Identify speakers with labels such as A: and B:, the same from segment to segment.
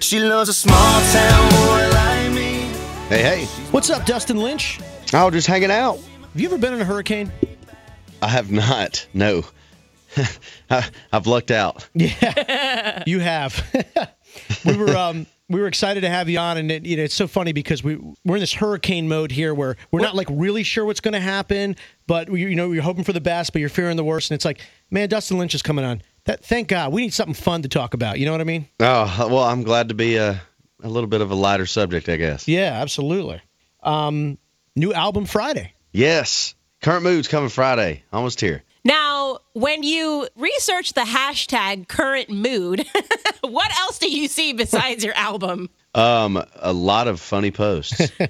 A: She loves a small town boy like me.
B: Hey, hey.
C: What's up, Dustin Lynch?
B: Oh, just hanging out.
C: Have you ever been in a hurricane?
B: I have not. No. I, I've lucked out.
C: Yeah, you have. we were um, we were excited to have you on, and it, you know it's so funny because we we're in this hurricane mode here, where we're not like really sure what's going to happen, but we, you know you're hoping for the best, but you're fearing the worst, and it's like, man, Dustin Lynch is coming on. That thank God we need something fun to talk about. You know what I mean?
B: Oh, well, I'm glad to be a, a little bit of a lighter subject, I guess.
C: Yeah, absolutely. Um, new album Friday.
B: Yes. Current Mood's coming Friday. Almost here.
D: Now, when you research the hashtag current mood, what else do you see besides your album?
B: Um, a lot of funny posts.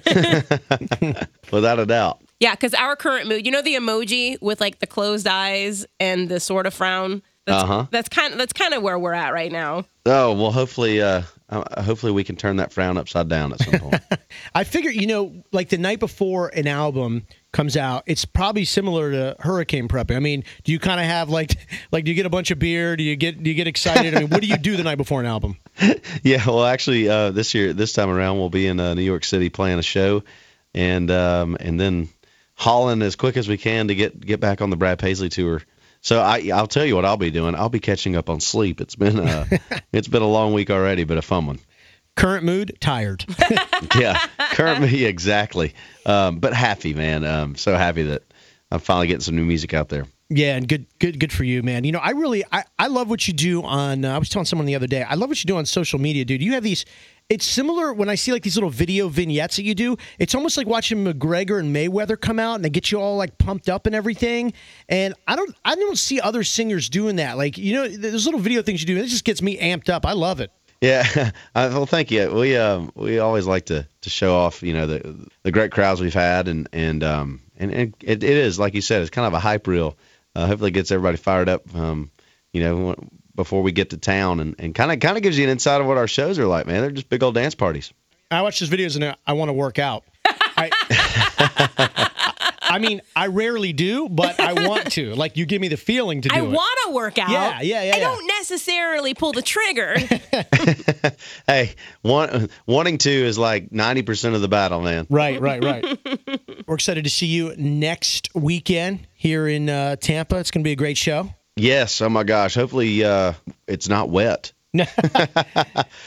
B: Without a doubt.
D: Yeah, because our current mood, you know the emoji with like the closed eyes and the sort of frown? That's,
B: Uh-huh.
D: that's kind of that's kind of where we're at right now.
B: Oh, well, hopefully uh uh, hopefully we can turn that frown upside down at some point.
C: I figure, you know, like the night before an album comes out, it's probably similar to hurricane prepping. I mean, do you kind of have like, like, do you get a bunch of beer? Do you get, do you get excited? I mean, what do you do the night before an album?
B: yeah, well, actually, uh, this year, this time around, we'll be in uh, New York City playing a show, and um, and then hauling as quick as we can to get get back on the Brad Paisley tour. So I, I'll tell you what I'll be doing. I'll be catching up on sleep. It's been uh, it's been a long week already, but a fun one.
C: Current mood, tired.
B: Yeah, current me exactly. Um, but happy, man. Um, so happy that I'm finally getting some new music out there.
C: yeah, and good, good, good for you, man. You know, I really, I, I love what you do on. Uh, I was telling someone the other day, I love what you do on social media, dude. You have these. It's similar when I see like these little video vignettes that you do. It's almost like watching McGregor and Mayweather come out and they get you all like pumped up and everything. And I don't, I don't see other singers doing that. Like you know, those little video things you do, it just gets me amped up. I love it.
B: Yeah, I, well, thank you. We um, we always like to, to show off, you know, the the great crowds we've had, and and um, and, and it, it is like you said, it's kind of a hype reel. Uh, hopefully, it gets everybody fired up. Um, you know, before we get to town, and and kind of kind of gives you an insight of what our shows are like, man. They're just big old dance parties.
C: I watch those videos and I- I want to work out. I, I mean, I rarely do, but I want to. Like you give me the feeling to do
D: I
C: it.
D: want to work out.
C: Yeah, yeah, yeah,
D: I
C: yeah.
D: don't necessarily pull the trigger.
B: Hey, one, wanting to is like ninety percent of the battle, man.
C: Right, right, right. We're excited to see you next weekend here in uh, Tampa. It's going to be a great show.
B: Yes. Oh my gosh. Hopefully, uh, it's not wet.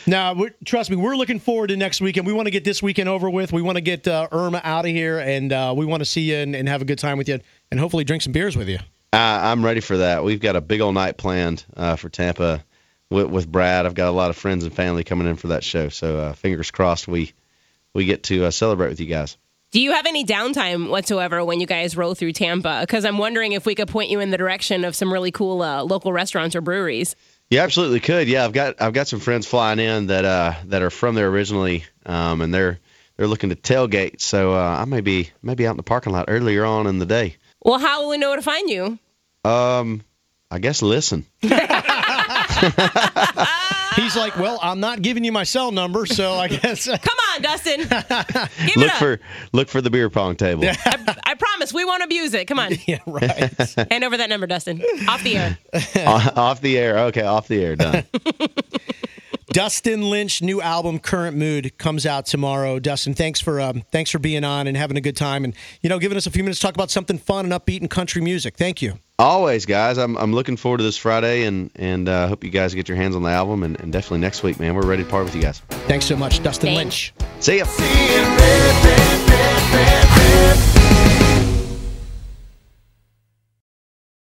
C: Now, we're, trust me, we're looking forward to next weekend. We want to get this weekend over with. We want to get uh, Irma out of here, and uh, we want to see you and, and have a good time with you, and hopefully drink some beers with you.
B: Uh, I'm ready for that. We've got a big old night planned uh, for Tampa with, with Brad. I've got a lot of friends and family coming in for that show. So uh, fingers crossed we we get to uh, celebrate with you guys.
D: Do you have any downtime whatsoever when you guys roll through Tampa? Because I'm wondering if we could point you in the direction of some really cool uh, local restaurants or breweries.
B: You absolutely could. Yeah, I've got I've got some friends flying in that uh, that are from there originally, um, and they're they're looking to tailgate. So uh, I may be maybe out in the parking lot earlier on in the day.
D: Well, how will we know where to find you?
B: Um, I guess listen.
C: He's like, Well, I'm not giving you my cell number, so I guess.
D: Come on, Dustin. Give it
B: Look
D: up.
B: for look for the beer pong table.
D: I, I promise we won't abuse it. Come on.
C: yeah, right.
D: Hand over that number, Dustin. Off the air.
B: off the air. Okay, off the air. Done.
C: Dustin Lynch new album Current Mood comes out tomorrow. Dustin, thanks for um, thanks for being on and having a good time and you know giving us a few minutes to talk about something fun and upbeat and country music. Thank you.
B: always guys i'm, I'm looking forward to this friday and and uh, hope you guys get your hands on the album and, and definitely next week man we're ready to part with you guys
C: Thanks so much, Dustin Lynch.
D: Thanks.
B: see ya
A: See it, red, red, red.